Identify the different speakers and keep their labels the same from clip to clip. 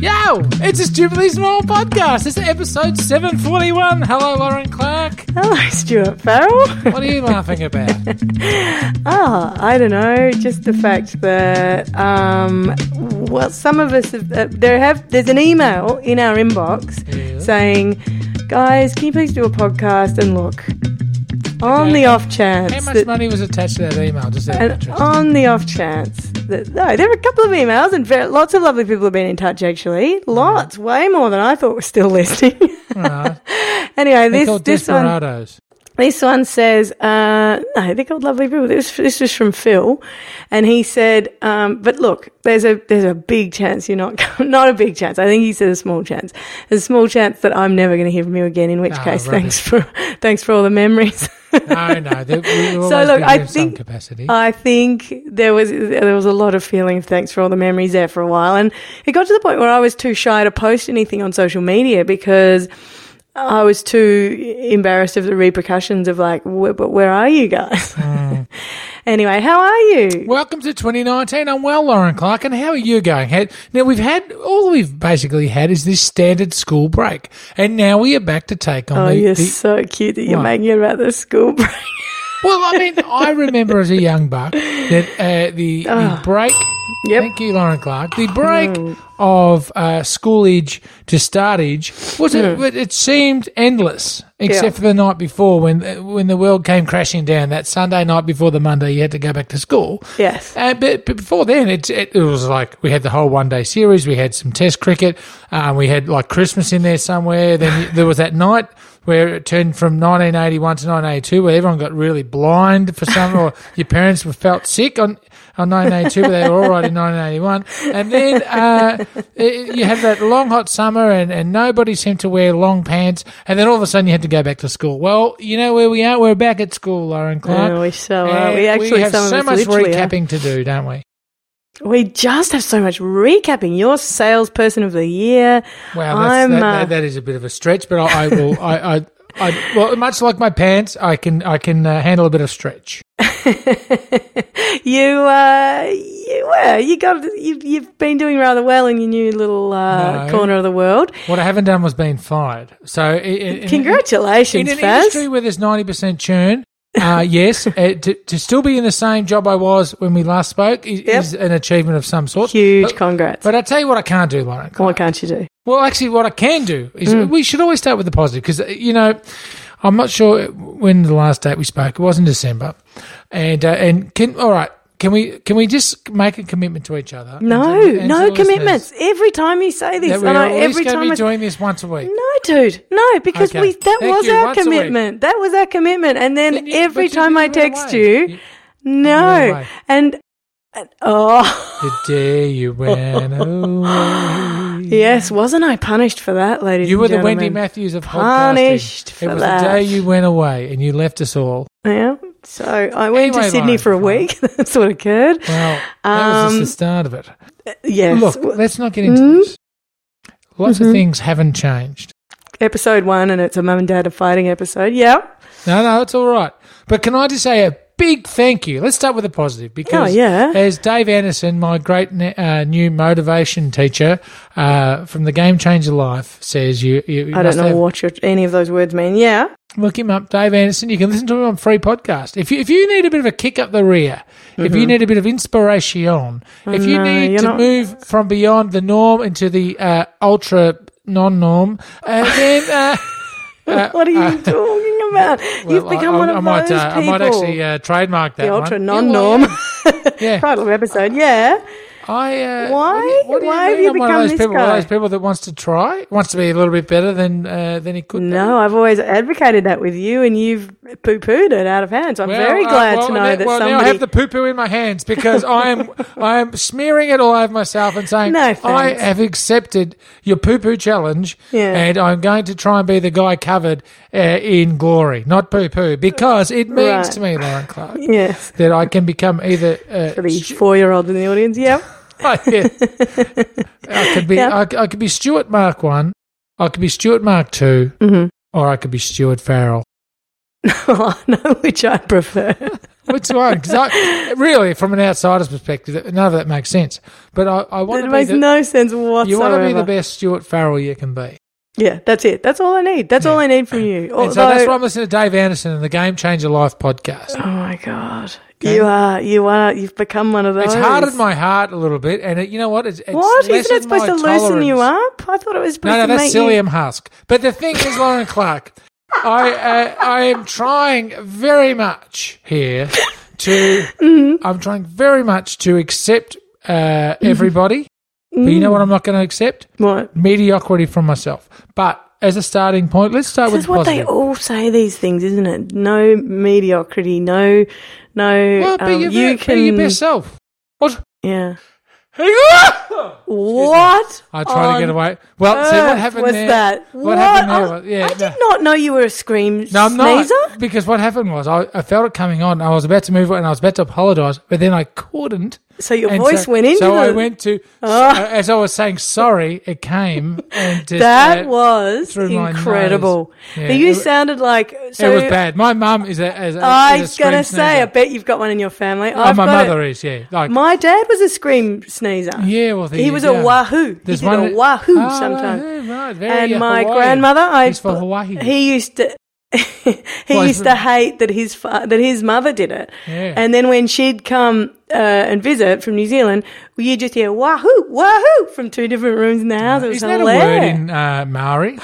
Speaker 1: Yo, it's a Jubilee's Normal Podcast. This is episode 741. Hello, Lauren Clark.
Speaker 2: Hello, Stuart Farrell.
Speaker 1: What are you laughing about?
Speaker 2: Ah, I don't know. Just the fact that um, well, some of us have, uh, there have there's an email in our inbox
Speaker 1: Yeah.
Speaker 2: saying, "Guys, can you please do a podcast?" And look, on the off chance
Speaker 1: How much
Speaker 2: that-
Speaker 1: money was attached to that email? Just out of
Speaker 2: and oh,
Speaker 1: interest.
Speaker 2: on the off chance that no, there were a couple of emails and ver- lots of lovely people have been in touch. Actually, lots, way more than I thought were still listening.
Speaker 1: Right.
Speaker 2: anyway,
Speaker 1: They're
Speaker 2: this
Speaker 1: called
Speaker 2: this one.
Speaker 1: Desperados.
Speaker 2: This one says, uh, no, they're called lovely people. This, this was from Phil. And he said, um, but look, there's a, there's a big chance you're not, not a big chance. I think he said a small chance. There's a small chance that I'm never going to hear from you again, in which
Speaker 1: Ah,
Speaker 2: case,
Speaker 1: rubbish.
Speaker 2: thanks for, thanks for all the memories.
Speaker 1: No, no. They, we always
Speaker 2: So, look,
Speaker 1: do
Speaker 2: I
Speaker 1: in some
Speaker 2: think-
Speaker 1: capacity.
Speaker 2: I think there was, there was a lot of feeling of thanks for all the memories there for a while. And it got to the point where I was too shy to post anything on social media because I was too embarrassed of the repercussions of like, "Wh- but where are you guys?
Speaker 1: Hmm.
Speaker 2: Anyway, how are you?
Speaker 1: Welcome to 2019. I'm well, Lauren Clark, and how are you going? Had- Now we've had all we've basically had is this standard school break, and now we are back to take on
Speaker 2: Oh,
Speaker 1: the,
Speaker 2: you're
Speaker 1: the-
Speaker 2: so cute that you're
Speaker 1: What?
Speaker 2: making it about the school break.
Speaker 1: Well, I mean, I remember as a young buck that uh, the, the break.
Speaker 2: Ah. Yep.
Speaker 1: Thank you, Lauren Clark. The break of uh, school age to start age was it? but It seemed endless, except
Speaker 2: Hmm. Yeah.
Speaker 1: for the night before when uh, when the world came crashing down. That Sunday night before the Monday, you had to go back to school.
Speaker 2: Yes.
Speaker 1: Uh, but, but before then, it, it, it was like we had the whole one day series. We had some test cricket. Um, we had like Christmas in there somewhere. Then there was that night where it turned from 1981 to 1982 where everyone got really blind for some, or your parents were felt sick on, on 1982, but they were all right in 1981. And then uh, it, you had that long hot summer and, and nobody seemed to wear long pants. And then all of a sudden you had to go back to school. Well, you know where we are? We're back at school, Lauren Clark.
Speaker 2: Oh, we so are.
Speaker 1: And
Speaker 2: We actually
Speaker 1: have
Speaker 2: some
Speaker 1: so
Speaker 2: of us
Speaker 1: much
Speaker 2: literally are.
Speaker 1: recapping to do, don't we?
Speaker 2: We just have so much recapping. You're salesperson of the year.
Speaker 1: Wow, that's,
Speaker 2: I'm,
Speaker 1: that,
Speaker 2: uh,
Speaker 1: that, that is a bit of a stretch, but I, I will. I, I, I, well, much like my pants, I can I can uh, handle a bit of stretch.
Speaker 2: you, uh, you, well, you got, you've, you've been doing rather well in your new little uh,
Speaker 1: No.
Speaker 2: corner of the world.
Speaker 1: What I haven't done was been fired. So, i- i- in, in,
Speaker 2: Congratulations,
Speaker 1: an
Speaker 2: Faz.
Speaker 1: industry where there's ninety percent churn, uh, yes, uh, to, to still be in the same job I was when we last spoke is,
Speaker 2: Yep.
Speaker 1: is an achievement of some sort.
Speaker 2: Huge
Speaker 1: But,
Speaker 2: congrats.
Speaker 1: but I tell you what, I can't do, Lauren.
Speaker 2: what can't you do?
Speaker 1: Well, actually, what I can do is
Speaker 2: Mm.
Speaker 1: we should always start with the positive because, you know, I'm not sure when the last date we spoke. It was in December, and uh, and can all right. Can we can we just make a commitment to each other? and
Speaker 2: No,
Speaker 1: to the- and to the
Speaker 2: no
Speaker 1: listeners
Speaker 2: commitments. Every time you say this,
Speaker 1: That
Speaker 2: and
Speaker 1: we are
Speaker 2: I,
Speaker 1: at least
Speaker 2: every
Speaker 1: going
Speaker 2: time
Speaker 1: to
Speaker 2: I
Speaker 1: be doing this once a week.
Speaker 2: No, dude. No, because
Speaker 1: Okay.
Speaker 2: we that
Speaker 1: Thank
Speaker 2: was
Speaker 1: you.
Speaker 2: our
Speaker 1: Once a week.
Speaker 2: commitment. That was our commitment. And then
Speaker 1: Then you-
Speaker 2: every
Speaker 1: but you
Speaker 2: time I
Speaker 1: didn't
Speaker 2: text
Speaker 1: win
Speaker 2: you,
Speaker 1: away. went
Speaker 2: no.
Speaker 1: away.
Speaker 2: And and- oh,
Speaker 1: The day you went away.
Speaker 2: yes, wasn't I punished for that, ladies
Speaker 1: You
Speaker 2: and
Speaker 1: were the
Speaker 2: gentlemen?
Speaker 1: Wendy Matthews of podcasting.
Speaker 2: Punished for
Speaker 1: It was
Speaker 2: that.
Speaker 1: the day you went away and you left us all.
Speaker 2: Yeah. So I went
Speaker 1: Anyway,
Speaker 2: to Sydney
Speaker 1: Lauren,
Speaker 2: for a
Speaker 1: fine.
Speaker 2: week. That's what occurred.
Speaker 1: Well, that was just
Speaker 2: Um,
Speaker 1: the start of it.
Speaker 2: Yes. Mm-hmm.
Speaker 1: Look, let's not get into
Speaker 2: Mm.
Speaker 1: this. Lots of things haven't changed.
Speaker 2: episode one, and it's a mum and dad are fighting episode. Yeah.
Speaker 1: No, no, it's all right. But can I just say a big thank you? Let's start with a positive because
Speaker 2: Oh, yeah.
Speaker 1: as Dave Anderson, my great ne- uh, new motivation teacher uh, from the Game Changer Life, says you. you, you
Speaker 2: I don't
Speaker 1: must
Speaker 2: know
Speaker 1: have-
Speaker 2: what your, any of those words mean. Yeah.
Speaker 1: Look him up, Dave Anderson. You can listen to him on free podcast. If you, if you need a bit of a kick up the rear, if you need a bit of inspiration, if you
Speaker 2: Mm-hmm. no,
Speaker 1: need
Speaker 2: you're
Speaker 1: to
Speaker 2: not-
Speaker 1: move from beyond the norm into the uh, ultra non-norm, uh, then. Uh,
Speaker 2: what are you talking about? You've
Speaker 1: well,
Speaker 2: become
Speaker 1: I,
Speaker 2: one
Speaker 1: I,
Speaker 2: of
Speaker 1: I might,
Speaker 2: those
Speaker 1: uh, I
Speaker 2: people.
Speaker 1: might actually uh, trademark that
Speaker 2: the ultra
Speaker 1: one.
Speaker 2: non-norm.
Speaker 1: Yeah, well,
Speaker 2: Title of episode, yeah.
Speaker 1: yeah. I, uh,
Speaker 2: Why?
Speaker 1: what do you- what do
Speaker 2: Why
Speaker 1: you
Speaker 2: have
Speaker 1: mean
Speaker 2: you
Speaker 1: I'm one of
Speaker 2: become
Speaker 1: those
Speaker 2: this
Speaker 1: people, One of
Speaker 2: guy?
Speaker 1: those people that wants to try, wants to be a little bit better than uh, than he could. be?
Speaker 2: No, I've always advocated that with you, and you've poo-pooed it out of hand. So I'm
Speaker 1: Well,
Speaker 2: very
Speaker 1: uh,
Speaker 2: glad
Speaker 1: well,
Speaker 2: to know
Speaker 1: now-
Speaker 2: that
Speaker 1: well, now I
Speaker 2: somebody.
Speaker 1: have the poo poo in my hands because I am I am smearing it all over myself and saying
Speaker 2: No,
Speaker 1: I
Speaker 2: thanks.
Speaker 1: have accepted your poo poo challenge
Speaker 2: Yeah.
Speaker 1: and I'm going to try and be the guy covered uh, in glory, not poo poo, because it means
Speaker 2: Right.
Speaker 1: to me, Lauren Clark,
Speaker 2: yes,
Speaker 1: that I can become either uh,
Speaker 2: for the four-year-old in the audience. Yeah,
Speaker 1: Oh, yeah. I could be
Speaker 2: Yeah.
Speaker 1: I, I could be Stuart Mark one, I could be Stuart Mark 2
Speaker 2: Mm-hmm.
Speaker 1: or I could be Stuart Farrell.
Speaker 2: I know which I prefer.
Speaker 1: Which one? 'Cause I, really, from an outsider's perspective, none of that makes sense. But I, I want
Speaker 2: It
Speaker 1: to be
Speaker 2: makes
Speaker 1: the,
Speaker 2: no sense whatsoever.
Speaker 1: you want to be the best Stuart Farrell you can be.
Speaker 2: Yeah, that's it. That's all I need. That's all I need from you.
Speaker 1: And so that's
Speaker 2: Although-
Speaker 1: why I'm listening to Dave Anderson and the Game Changer Life podcast.
Speaker 2: Oh my god, you are you are you've become one of those.
Speaker 1: It's hardened my heart a little bit, and it, you know what? It's, it's
Speaker 2: What? Isn't it
Speaker 1: lessened my
Speaker 2: supposed to loosen you
Speaker 1: tolerance.
Speaker 2: up? I thought it was supposed
Speaker 1: No, no,
Speaker 2: to make
Speaker 1: that's
Speaker 2: you.
Speaker 1: psyllium husk. But the thing is, Lauren Clark, I uh, I am trying very much here to.
Speaker 2: Mm-hmm.
Speaker 1: I'm trying very much to accept uh, everybody, but you know what? I'm not going to accept
Speaker 2: What?
Speaker 1: mediocrity from myself. But as a starting point, let's start
Speaker 2: This
Speaker 1: with
Speaker 2: is
Speaker 1: the
Speaker 2: what
Speaker 1: positive.
Speaker 2: they all say these things, isn't it? No mediocrity, no, no.
Speaker 1: well, be
Speaker 2: um,
Speaker 1: your,
Speaker 2: you
Speaker 1: be
Speaker 2: can,
Speaker 1: your best self. What?
Speaker 2: Yeah.
Speaker 1: I
Speaker 2: What?
Speaker 1: try to
Speaker 2: on
Speaker 1: get away. Well, see what
Speaker 2: earth
Speaker 1: happened
Speaker 2: was
Speaker 1: there.
Speaker 2: that?
Speaker 1: What, happened there?
Speaker 2: I-
Speaker 1: was- yeah,
Speaker 2: I
Speaker 1: no.
Speaker 2: did not know you were a scream
Speaker 1: No, I'm not.
Speaker 2: sneezer.
Speaker 1: Because what happened was I, I felt it coming on. I was about to move on and I was about to apologise, but then I couldn't.
Speaker 2: So your
Speaker 1: And
Speaker 2: voice
Speaker 1: so,
Speaker 2: went into
Speaker 1: So
Speaker 2: the, Ah.
Speaker 1: I went to, uh, as I was saying sorry, it came. and just,
Speaker 2: That
Speaker 1: uh,
Speaker 2: was
Speaker 1: through my
Speaker 2: incredible.
Speaker 1: nose. Yeah,
Speaker 2: you
Speaker 1: it-
Speaker 2: sounded like so.
Speaker 1: It was bad. My mum is a. Is a
Speaker 2: I
Speaker 1: is
Speaker 2: was
Speaker 1: a
Speaker 2: gonna
Speaker 1: scream
Speaker 2: say, I
Speaker 1: sneezer.
Speaker 2: bet you've got one in your family.
Speaker 1: Oh,
Speaker 2: I've
Speaker 1: my
Speaker 2: got it.
Speaker 1: mother is, yeah. Like,
Speaker 2: My dad was a scream sneezer.
Speaker 1: yeah, well, there
Speaker 2: he
Speaker 1: you
Speaker 2: was
Speaker 1: go.
Speaker 2: a wahoo.
Speaker 1: There's
Speaker 2: he did
Speaker 1: one-
Speaker 2: a wahoo
Speaker 1: Ah,
Speaker 2: sometimes.
Speaker 1: wahoo, right, very
Speaker 2: And my
Speaker 1: Hawaiian.
Speaker 2: grandmother, I
Speaker 1: He's for Hawaii.
Speaker 2: he used to. he
Speaker 1: Well, he's-
Speaker 2: used to hate that his fa- that his mother did it,
Speaker 1: Yeah.
Speaker 2: and then when she'd come uh, and visit from New Zealand, you just hear wahoo, wahoo from two different rooms in the house. It was
Speaker 1: Isn't that a
Speaker 2: hilarious.
Speaker 1: word in uh, Maori?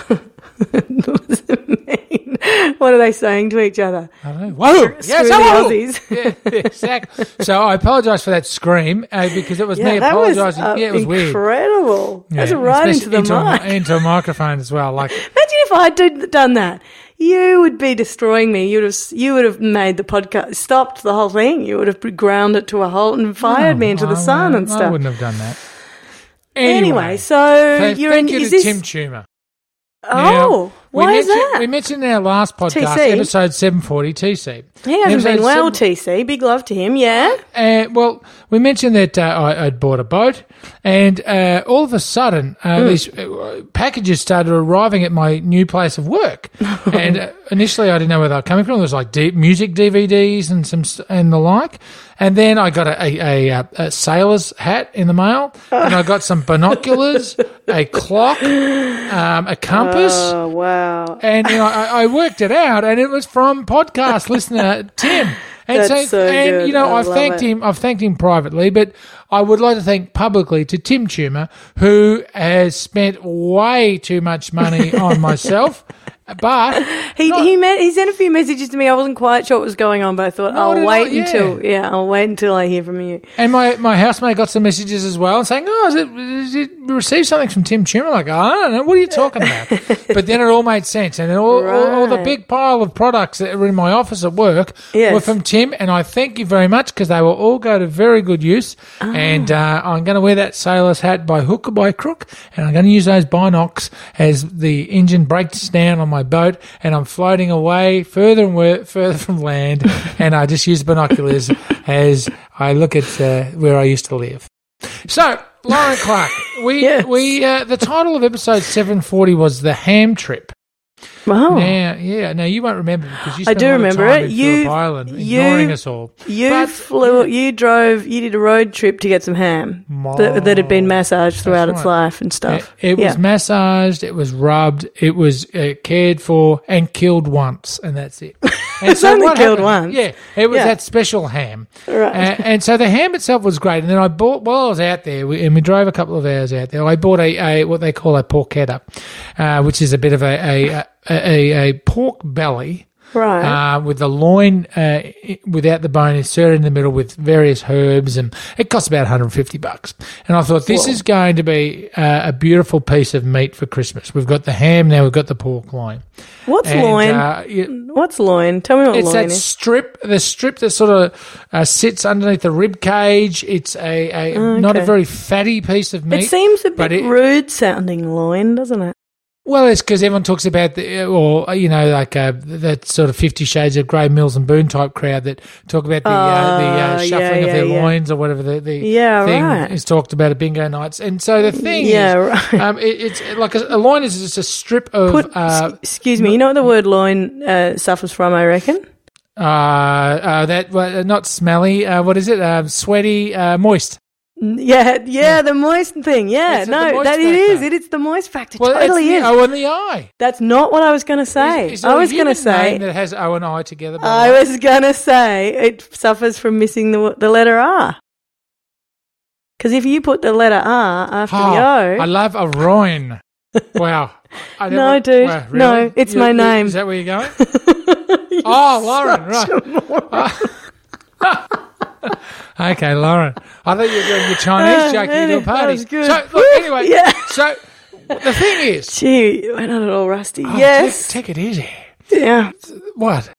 Speaker 2: What does it mean? What are they saying to each other?
Speaker 1: I don't know. Wahoo! Yes,
Speaker 2: the
Speaker 1: wahoo!
Speaker 2: Aussies.
Speaker 1: yeah, exactly. So I apologise for that scream uh, because it was me
Speaker 2: that was
Speaker 1: apologising.
Speaker 2: uh,
Speaker 1: yeah, it was weird.
Speaker 2: incredible. That's
Speaker 1: Yeah,
Speaker 2: right into
Speaker 1: especially
Speaker 2: the
Speaker 1: into a,
Speaker 2: mic.
Speaker 1: mi- into a microphone as well. Like,
Speaker 2: Imagine if I had done that. You would be destroying me. You'd have you would have made the podcast stopped the whole thing. You would have ground it to a halt and fired me into
Speaker 1: oh, I
Speaker 2: the sun
Speaker 1: wouldn't-
Speaker 2: and
Speaker 1: I
Speaker 2: stuff.
Speaker 1: wouldn't have done that.
Speaker 2: Anyway, so
Speaker 1: thank,
Speaker 2: you're
Speaker 1: thank
Speaker 2: in.
Speaker 1: you
Speaker 2: is
Speaker 1: to
Speaker 2: this?
Speaker 1: Tim Tumor.
Speaker 2: oh, why
Speaker 1: we
Speaker 2: is
Speaker 1: mentioned- We
Speaker 2: that?
Speaker 1: mentioned in our last podcast,
Speaker 2: TC.
Speaker 1: episode seven forty, TC.
Speaker 2: He hasn't
Speaker 1: Episode
Speaker 2: been well.
Speaker 1: 740
Speaker 2: TC, big love to him. Yeah.
Speaker 1: Uh, well, we mentioned that uh, I, I'd bought a boat, and uh, all of a sudden, uh, these uh, packages started arriving at my new place of work. and uh, initially, I didn't know where they were coming from. There was like deep music DVDs and some s- and the like. And then I got a, a, a, uh, a sailor's hat in the mail, and I got some binoculars, a clock, um, a compass.
Speaker 2: Oh wow.
Speaker 1: And you know, I, I worked it out, and it was from podcast listener Tim. And
Speaker 2: That's so
Speaker 1: and
Speaker 2: good.
Speaker 1: you know,
Speaker 2: I
Speaker 1: have
Speaker 2: love
Speaker 1: thanked
Speaker 2: it.
Speaker 1: him. I've thanked him privately, but I would like to thank publicly to Tim Tumor, who has spent way too much money on myself. But
Speaker 2: He he met, he sent a few messages to me. I wasn't quite sure what was going on, but I thought
Speaker 1: No, no,
Speaker 2: I'll
Speaker 1: no,
Speaker 2: wait
Speaker 1: yeah.
Speaker 2: until yeah, I'll wait until I hear from you.
Speaker 1: and my, my housemate got some messages as well, saying, "Oh, is it, is it received something from Tim Tumor?" Like, I don't know, what are you talking about? but then it all made sense, and all, all, all the
Speaker 2: Right.
Speaker 1: big pile of products that were in my office at work
Speaker 2: Yes.
Speaker 1: were from Tim, and I thank you very much because they will all go to very good use.
Speaker 2: Ah.
Speaker 1: And uh, I'm going to wear that sailor's hat by hook or by crook, and I'm going to use those binocs as the engine breaks down on my boat, and I'm floating away further and wor- further from land, and I just use binoculars as I look at uh, where I used to live. So, Lauren Clark, we
Speaker 2: Yes.
Speaker 1: we uh, the title of episode 740 was the ham trip.
Speaker 2: Wow,
Speaker 1: Now, yeah, now you won't remember because you
Speaker 2: Oh. I
Speaker 1: spent
Speaker 2: do
Speaker 1: a lot of
Speaker 2: remember
Speaker 1: time
Speaker 2: it.
Speaker 1: in
Speaker 2: You-
Speaker 1: Phillip Island
Speaker 2: you-
Speaker 1: ignoring us all.
Speaker 2: you
Speaker 1: But-
Speaker 2: flew, you drove, you did a road trip to get some ham that, that had been massaged throughout
Speaker 1: That's
Speaker 2: its
Speaker 1: right.
Speaker 2: life and stuff.
Speaker 1: It, it
Speaker 2: Oh, yeah.
Speaker 1: was massaged, it was rubbed, it was uh, cared for, and killed once, and that's it. And
Speaker 2: It's only killed once.
Speaker 1: Yeah, it was
Speaker 2: Yeah.
Speaker 1: that special ham.
Speaker 2: Right.
Speaker 1: A- And, so the ham itself was great. And then I bought, while I was out there, we, and we drove a couple of hours out there, I bought a, a what they call a porchetta, uh, which is a bit of a, a, a, a, a pork belly
Speaker 2: right.
Speaker 1: uh, with the loin uh, i- without the bone inserted in the middle with various herbs, and it costs about 150 bucks. And I thought this is going to be uh, a beautiful piece of meat for Christmas. We've got the ham now, we've got the pork loin.
Speaker 2: What's
Speaker 1: And,
Speaker 2: loin?
Speaker 1: uh, it-
Speaker 2: What's loin? Tell me what
Speaker 1: it's
Speaker 2: loin
Speaker 1: that
Speaker 2: is.
Speaker 1: strip, the strip that sort of uh, sits underneath the rib cage. It's a, a not a
Speaker 2: Oh, okay.
Speaker 1: very fatty piece of meat.
Speaker 2: It seems a
Speaker 1: but
Speaker 2: bit
Speaker 1: it-
Speaker 2: rude sounding loin, doesn't it?
Speaker 1: Well, it's because everyone talks about the, uh, or you know, like uh, that sort of Fifty Shades of Grey, Mills and Boone type crowd that talk about the uh, the uh,
Speaker 2: Oh, yeah,
Speaker 1: shuffling of
Speaker 2: yeah,
Speaker 1: their
Speaker 2: yeah.
Speaker 1: loins or whatever the, the
Speaker 2: Yeah,
Speaker 1: thing
Speaker 2: right.
Speaker 1: is talked about at bingo nights. And so the thing
Speaker 2: Yeah,
Speaker 1: is,
Speaker 2: right.
Speaker 1: um, it, it's like a, a loin is just a strip of
Speaker 2: Put,
Speaker 1: uh,
Speaker 2: excuse me, you know what the word loin uh, suffers from, I reckon?
Speaker 1: Uh, uh, that uh, not smelly. Uh, what is it? Um, sweaty, uh, moist.
Speaker 2: Yeah, yeah, the moist thing. Yeah,
Speaker 1: It's the
Speaker 2: no,
Speaker 1: moist
Speaker 2: that it is.
Speaker 1: factor.
Speaker 2: It is the moist factor.
Speaker 1: that's
Speaker 2: totally
Speaker 1: the
Speaker 2: is.
Speaker 1: O and the I.
Speaker 2: That's not what I was going to say.
Speaker 1: Is- is there
Speaker 2: I
Speaker 1: a
Speaker 2: was going to
Speaker 1: human
Speaker 2: say.
Speaker 1: name that Oh. has O and I together. by
Speaker 2: I
Speaker 1: the way?
Speaker 2: was going to say it suffers from missing the, the letter R. Because if you put the letter R after
Speaker 1: Oh,
Speaker 2: the
Speaker 1: I
Speaker 2: O,
Speaker 1: love a roin. Wow. I
Speaker 2: No,
Speaker 1: never-
Speaker 2: dude. No, it's my name.
Speaker 1: Is that where you're going? oh, Lauren, right. okay, Lauren. I thought you were doing your Chinese
Speaker 2: Uh,
Speaker 1: joke at your
Speaker 2: that
Speaker 1: party.
Speaker 2: was good.
Speaker 1: So,
Speaker 2: Woo,
Speaker 1: look, anyway,
Speaker 2: yeah.
Speaker 1: so the thing is,
Speaker 2: gee, you went on it all rusty.
Speaker 1: oh,
Speaker 2: yes.
Speaker 1: take, take it easy.
Speaker 2: yeah.
Speaker 1: What?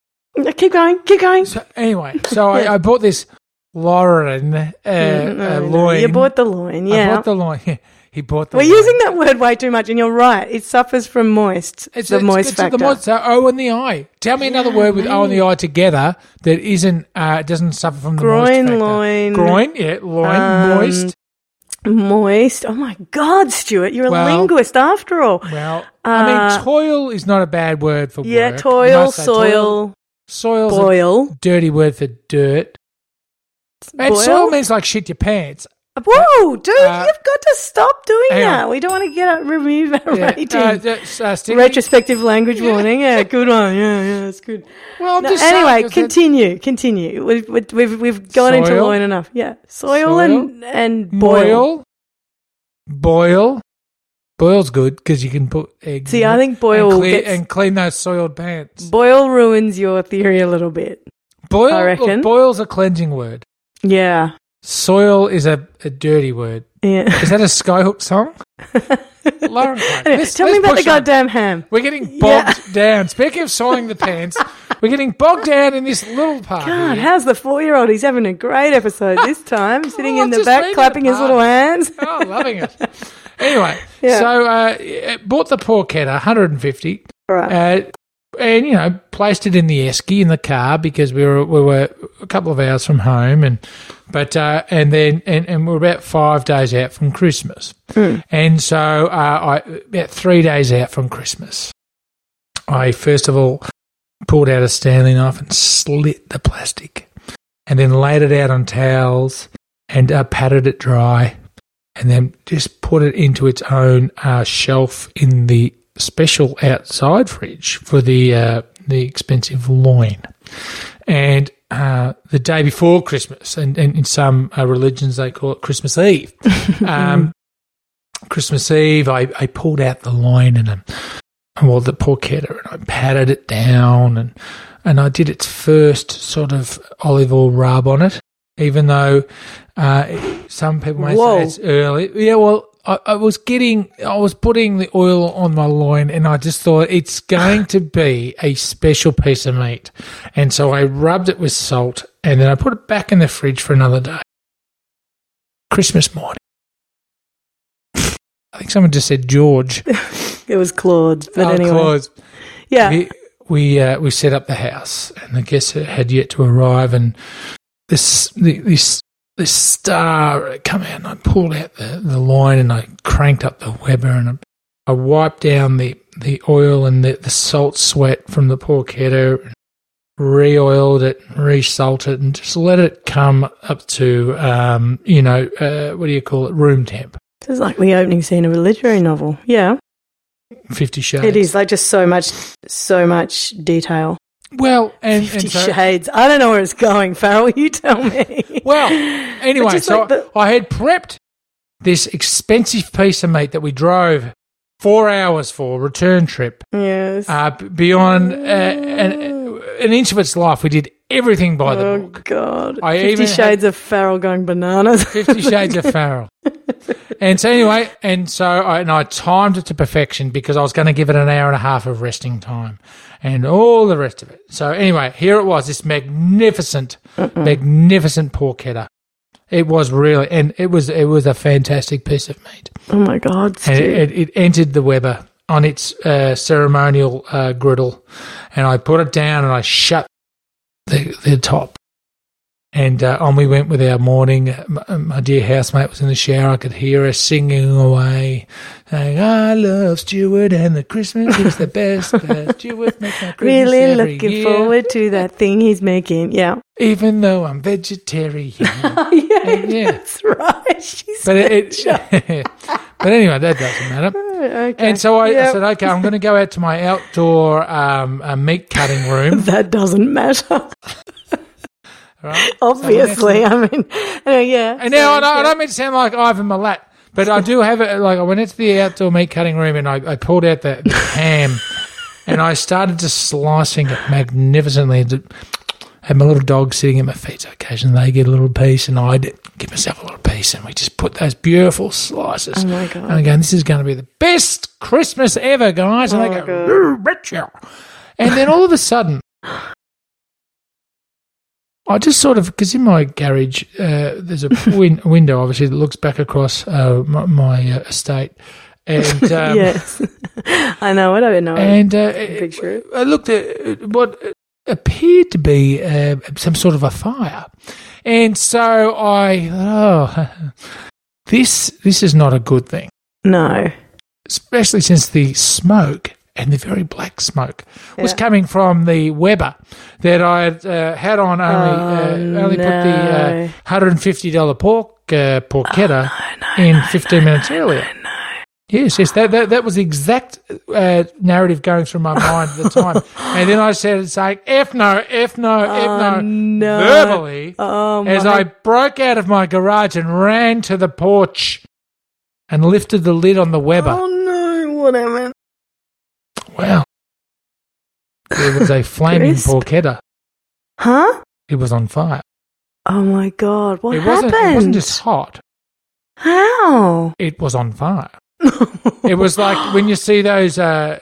Speaker 2: Keep going. Keep going.
Speaker 1: So anyway, so I, I bought this Lauren uh,
Speaker 2: Mm,
Speaker 1: uh, loin.
Speaker 2: You bought the loin.
Speaker 1: I
Speaker 2: Yeah.
Speaker 1: bought the loin. he bought the.
Speaker 2: We're
Speaker 1: loin.
Speaker 2: using that word way too much, and you're right. It suffers from moist. It's the moist
Speaker 1: it's
Speaker 2: factor.
Speaker 1: The moist, so O and the I. Tell me another word with O and the I together that isn't uh, doesn't suffer from the moist
Speaker 2: Groin,
Speaker 1: factor.
Speaker 2: loin.
Speaker 1: groin, yeah, loin,
Speaker 2: Um,
Speaker 1: moist.
Speaker 2: Moist. Oh my God, Stuart, you're a
Speaker 1: Well-
Speaker 2: linguist after all.
Speaker 1: Well, I mean,
Speaker 2: uh,
Speaker 1: toil is not a bad word for
Speaker 2: Yeah,
Speaker 1: work. You
Speaker 2: toil,
Speaker 1: might say toil.
Speaker 2: soil,
Speaker 1: Soil's a
Speaker 2: boil.
Speaker 1: dirty word for dirt. And
Speaker 2: Boil?
Speaker 1: soil means like shit your pants.
Speaker 2: Whoa, dude,
Speaker 1: uh,
Speaker 2: you've got to stop doing
Speaker 1: hang on.
Speaker 2: that. We don't want to get a remove our
Speaker 1: Yeah.
Speaker 2: rating.
Speaker 1: Uh, that's, uh, sticky.
Speaker 2: Retrospective language warning. Yeah, good one. Yeah, yeah, that's good.
Speaker 1: Well, I'm
Speaker 2: No,
Speaker 1: just
Speaker 2: anyway,
Speaker 1: saying, 'cause that-
Speaker 2: continue, continue. We've we've we've, we've gone into
Speaker 1: Soil.
Speaker 2: loin enough. Yeah, soil,
Speaker 1: Soil.
Speaker 2: and and boil.
Speaker 1: Boil. Boil. Boil's good because you can put eggs.
Speaker 2: See,
Speaker 1: in
Speaker 2: I
Speaker 1: it
Speaker 2: think boil
Speaker 1: and, clear,
Speaker 2: gets,
Speaker 1: and clean those soiled pants.
Speaker 2: boil ruins your theory a little bit.
Speaker 1: Boil,
Speaker 2: I
Speaker 1: look,
Speaker 2: reckon.
Speaker 1: boil's a cleansing word.
Speaker 2: Yeah,
Speaker 1: Soil is a, a dirty word.
Speaker 2: yeah.
Speaker 1: Is that a Skyhook song? Lauren,
Speaker 2: Anyway,
Speaker 1: let's-
Speaker 2: tell me
Speaker 1: let's
Speaker 2: about the
Speaker 1: push on.
Speaker 2: goddamn ham.
Speaker 1: We're getting bogged down. Speaking of soiling the pants, we're getting bogged down in this little part.
Speaker 2: God,
Speaker 1: here.
Speaker 2: how's the four-year-old? He's having a great episode this time, sitting
Speaker 1: Oh,
Speaker 2: in the
Speaker 1: just leave
Speaker 2: back,
Speaker 1: it
Speaker 2: clapping his
Speaker 1: apart.
Speaker 2: little hands.
Speaker 1: oh, loving it. Anyway,
Speaker 2: Yeah.
Speaker 1: so uh, it bought the porchetta, 150,
Speaker 2: Right.
Speaker 1: uh, and you know placed it in the esky in the car because we were we were a couple of hours from home, and but uh, and then and, and we're about five days out from Christmas, and so uh, I about three days out from Christmas, I first of all pulled out a Stanley knife and slit the plastic, and then laid it out on towels and uh, patted it dry, and then just put it into its own uh, shelf in the special outside fridge for the uh, the expensive loin. And uh, the day before Christmas, and, and in some uh, religions they call it Christmas Eve. Um, Christmas Eve, I, I pulled out the loin and um, well the porchetta, and I patted it down, and and I did its first sort of olive oil rub on it, even though uh, some people may
Speaker 2: Whoa.
Speaker 1: say it's early. Yeah, well, I, I was getting, I was putting the oil on my loin, and I just thought it's going to be a special piece of meat, and so I rubbed it with salt, and then I put it back in the fridge for another day. Christmas morning. I think someone just said George.
Speaker 2: It was Claude's, but
Speaker 1: Oh,
Speaker 2: anyway.
Speaker 1: Claus.
Speaker 2: Yeah.
Speaker 1: We we uh, we set up the house, and the guests had yet to arrive, and this the, this this star had come out, and I pulled out the the line, and I cranked up the Weber, and I, I wiped down the the oil and the, the salt sweat from the porchetta, re-oiled it, re-salted, and just let it come up to um, you know uh, what do you call it room temp,
Speaker 2: This is like the opening scene of a literary novel. Yeah.
Speaker 1: Fifty Shades.
Speaker 2: It is like just so much, so much detail.
Speaker 1: well, and,
Speaker 2: Fifty
Speaker 1: and so,
Speaker 2: Shades. I don't know where it's going, Farrell. You tell me.
Speaker 1: Well,
Speaker 2: But
Speaker 1: anyway,
Speaker 2: just
Speaker 1: so
Speaker 2: like the-
Speaker 1: I had prepped this expensive piece of meat that we drove four hours for return trip
Speaker 2: yes.
Speaker 1: uh, b- beyond uh, an, an inch of its life. We did everything by the
Speaker 2: oh
Speaker 1: book.
Speaker 2: God.
Speaker 1: I
Speaker 2: Fifty
Speaker 1: even had-
Speaker 2: Shades of Farrell going bananas.
Speaker 1: Fifty Shades of Farrell. And so anyway, and so I, and I timed it to perfection because I was going to give it an hour and a half of resting time, and all the rest of it. So anyway, here it was, this magnificent, magnificent porchetta. It was really, and it was it was a fantastic piece of meat,
Speaker 2: oh my God.
Speaker 1: and
Speaker 2: Stu.
Speaker 1: it, it, it entered the Weber on its uh, ceremonial uh, griddle, and I put it down and I shut the the top. And uh, on we went Uh, with our morning. My, my dear housemate was in the shower. I could hear her singing away, Like, I love Stuart and the Christmas is the best. best. Stuart makes my Christmas
Speaker 2: Really
Speaker 1: every
Speaker 2: looking
Speaker 1: year,
Speaker 2: forward to that thing he's making. Yeah.
Speaker 1: Even though I'm vegetarian.
Speaker 2: yeah,
Speaker 1: yeah.
Speaker 2: that's right. She's
Speaker 1: But it, it but anyway, that doesn't matter.
Speaker 2: okay.
Speaker 1: And so I, I
Speaker 2: Yep.
Speaker 1: said, okay, I'm going to go out to my outdoor um, uh, meat cutting room.
Speaker 2: that doesn't matter.
Speaker 1: Right?
Speaker 2: Obviously, I mean, uh, yeah.
Speaker 1: And now I
Speaker 2: so-
Speaker 1: don't, I don't mean to sound like Ivan Milat, but I do have it. Like I went into the outdoor meat cutting room and I, I pulled out the, the ham, and I started just slicing it magnificently. And had my little dog sitting at my feet. So occasionally they get a little piece, and I'd give myself a little piece, and we just put those beautiful slices.
Speaker 2: Oh my
Speaker 1: And
Speaker 2: god!
Speaker 1: I'm going, this is going to be the best Christmas ever, guys. And
Speaker 2: Oh
Speaker 1: they go,
Speaker 2: my God.
Speaker 1: "Ooh, betcha. And then all of a sudden, I just sort of, because in my garage, uh, there's a win- window, obviously, that looks back across uh, my, my uh, estate. And, um,
Speaker 2: yes, I know it. I know it.
Speaker 1: and uh,
Speaker 2: picture it.
Speaker 1: I looked at what appeared to be uh, some sort of a fire, and so I, oh, this this is not a good thing uh,
Speaker 2: No.
Speaker 1: especially since the smoke and the very black smoke was
Speaker 2: Yeah.
Speaker 1: coming from the Weber that I had, uh, had on only
Speaker 2: Oh,
Speaker 1: uh, only put the
Speaker 2: no. Oh,
Speaker 1: uh, hundred and fifty dollar pork uh, porchetta in fifteen minutes earlier. Yes, yes, that, that that was the exact uh, narrative going through my mind at the time, and then I started saying "f no, f no,
Speaker 2: Oh,
Speaker 1: f no"
Speaker 2: no.
Speaker 1: verbally
Speaker 2: Oh my
Speaker 1: as I broke out of my garage and ran to the porch and lifted the lid on the Weber.
Speaker 2: Oh no! What happened?
Speaker 1: Wow. There was a flaming
Speaker 2: Crisp.
Speaker 1: porchetta.
Speaker 2: Huh?
Speaker 1: It was on fire.
Speaker 2: Oh my god! What
Speaker 1: it
Speaker 2: happened?
Speaker 1: wasn't it wasn't just hot.
Speaker 2: How? Oh
Speaker 1: It was on fire. It was like when you see those uh,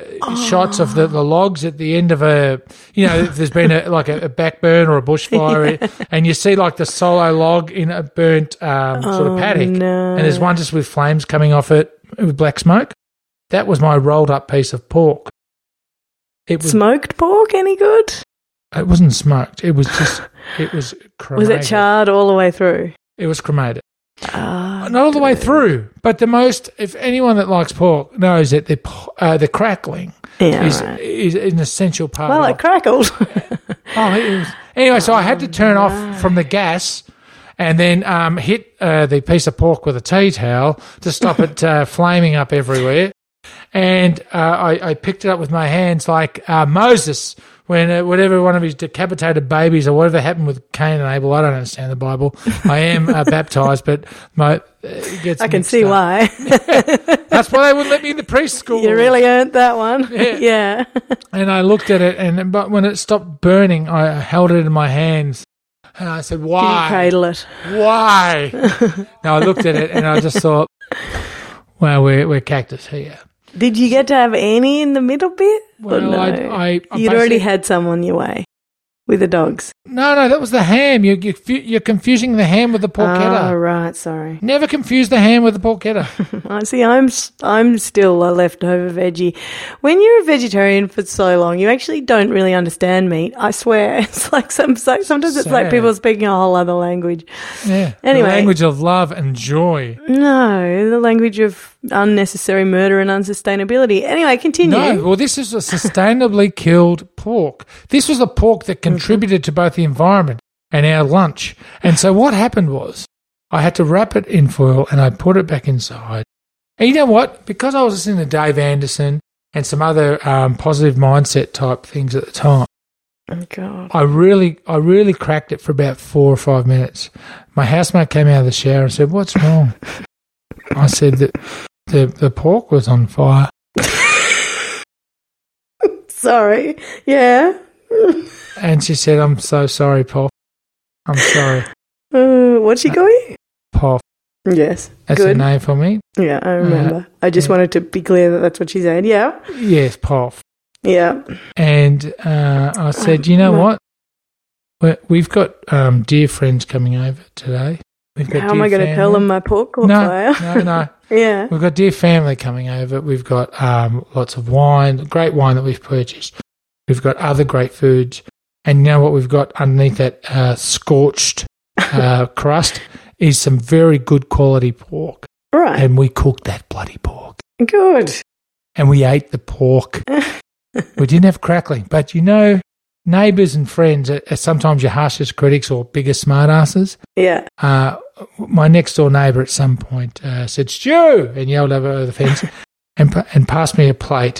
Speaker 1: shots of the,
Speaker 2: Oh.
Speaker 1: the logs at the end of a, you know, if there's been a, like a, a backburn or a bushfire, and you see like the solo log in a burnt um, sort
Speaker 2: Oh,
Speaker 1: of paddock,
Speaker 2: no.
Speaker 1: and there's one just with flames coming off it with black smoke. That was my rolled up piece of pork. It was
Speaker 2: Smoked pork? Any good?
Speaker 1: It wasn't smoked. It was just. It was cremated.
Speaker 2: Was it charred all the way through?
Speaker 1: It was cremated.
Speaker 2: Ah,
Speaker 1: Uh, Not all the way through, but the most. If anyone that likes pork knows that the po- uh, the crackling
Speaker 2: yeah.
Speaker 1: is,
Speaker 2: right.
Speaker 1: is an essential part.
Speaker 2: Well,
Speaker 1: of
Speaker 2: it crackled.
Speaker 1: Oh, it was, anyway, so I had to turn
Speaker 2: Oh,
Speaker 1: off from the gas. And then um, hit uh, the piece of pork with a tea towel to stop it uh, flaming up everywhere. And uh, I, I picked it up with my hands like uh, Moses when uh, whatever one of his decapitated babies or whatever happened with Cain and Abel. I don't understand the Bible. I am uh, baptized, but my uh, it gets
Speaker 2: I can
Speaker 1: mixed
Speaker 2: see
Speaker 1: up.
Speaker 2: why.
Speaker 1: That's why they wouldn't let me in the preschool.
Speaker 2: you really earned that one.
Speaker 1: Yeah.
Speaker 2: Yeah.
Speaker 1: And I looked at it, and but when it stopped burning, I held it in my hands, and I said,
Speaker 2: Did you
Speaker 1: "Why?
Speaker 2: cradle it?
Speaker 1: Why?" now I looked at it, and I just thought, "Well, we're we're cactus here."
Speaker 2: Did you get to have any in the middle bit?
Speaker 1: Well,
Speaker 2: or Oh, no?
Speaker 1: I, I,
Speaker 2: You'd already
Speaker 1: basically-
Speaker 2: had some on your way with the dogs.
Speaker 1: No, no, that was the ham. You, you you're confusing the ham with the porchetta.
Speaker 2: Oh, right. Sorry.
Speaker 1: Never confuse the ham with the porchetta.
Speaker 2: I see. I'm s- I'm still a leftover veggie. When you're a vegetarian for so long, you actually don't really understand meat. I swear. It's like some so- sometimes it's like
Speaker 1: Sad.
Speaker 2: people speaking a whole other language.
Speaker 1: Yeah.
Speaker 2: Anyway.
Speaker 1: the language of love and joy.
Speaker 2: No, the language of unnecessary murder and unsustainability. Anyway, continue.
Speaker 1: No, well, this is a sustainably killed pork. This was a pork that contributed to both the environment and our lunch. And so what happened was I had to wrap it in foil and I put it back inside. And you know what? Because I was listening to Dave Anderson and some other um, positive mindset type things at the time,
Speaker 2: Oh God.
Speaker 1: I really, I really cracked it for about four or five minutes. My housemate came out of the shower and said, "What's wrong?" I said that the the pork was on fire.
Speaker 2: Sorry. Yeah.
Speaker 1: And she said, I'm so sorry, Pop. I'm sorry,
Speaker 2: Uh, what's she going?
Speaker 1: Pop.
Speaker 2: Yes.
Speaker 1: That's
Speaker 2: Good.
Speaker 1: her name for me.
Speaker 2: Yeah,
Speaker 1: Mm-hmm.
Speaker 2: I remember. I just wanted to be clear that that's what she said. Yeah.
Speaker 1: Yes, Pop.
Speaker 2: Yeah.
Speaker 1: And uh, I said, you know
Speaker 2: my-
Speaker 1: what? We- We've got um, dear friends coming over today. We've got
Speaker 2: How am
Speaker 1: dear
Speaker 2: I going to tell them
Speaker 1: family."
Speaker 2: my pork
Speaker 1: No,
Speaker 2: caught fire?
Speaker 1: no, no.
Speaker 2: Yeah.
Speaker 1: We've got dear family coming over. We've got um, lots of wine, great wine that we've purchased. We've got other great foods, and you know what we've got underneath that uh, scorched uh, crust is some very good quality pork.
Speaker 2: Right.
Speaker 1: and we cooked that bloody pork.
Speaker 2: Good.
Speaker 1: and we ate the pork. we didn't have crackling, but you know, neighbours and friends are, are sometimes your harshest critics or biggest smartasses.
Speaker 2: Yeah.
Speaker 1: Uh, my next door neighbour at some point uh, said "Stew" and yelled over the fence, and pa- and passed me a plate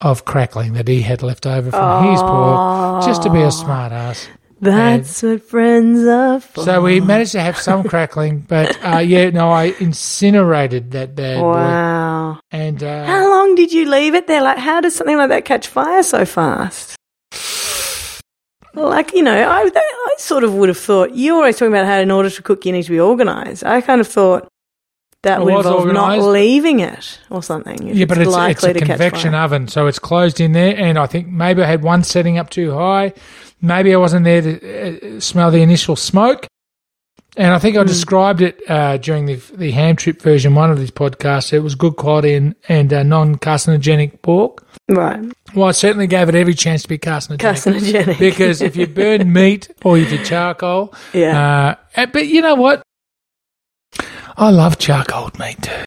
Speaker 1: of crackling that he had left over from his pork, just to be a
Speaker 2: Aw,
Speaker 1: smartass.
Speaker 2: That's what friends are for.
Speaker 1: So we managed to have some crackling, but uh, yeah, no, I incinerated that bad boy,
Speaker 2: Wow.
Speaker 1: and uh,
Speaker 2: How long did you leave it there? Like, how does something like that catch fire so fast? Like, you know, I, that, I sort of would have thought you're always talking about how in order to cook you need to be organised. I kind of thought that
Speaker 1: It
Speaker 2: would
Speaker 1: was
Speaker 2: involve
Speaker 1: organised,
Speaker 2: not
Speaker 1: but-
Speaker 2: leaving it or something. if
Speaker 1: Yeah, but it's, it's
Speaker 2: likely
Speaker 1: a
Speaker 2: to catch
Speaker 1: convection
Speaker 2: fire.
Speaker 1: oven, so it's closed in there. And I think maybe I had one setting up too high. Maybe I wasn't there to uh, smell the initial smoke. And I
Speaker 2: Hmm.
Speaker 1: think I described it uh, during the the ham trip version one of these podcasts. It was good quality and, and uh, non carcinogenic pork.
Speaker 2: Right.
Speaker 1: Well, I certainly gave it every chance to be carcinogenic.
Speaker 2: Carcinogenic.
Speaker 1: because if you burn meat or you do charcoal,
Speaker 2: yeah.
Speaker 1: uh, and- but you know what? I love charcoal meat too.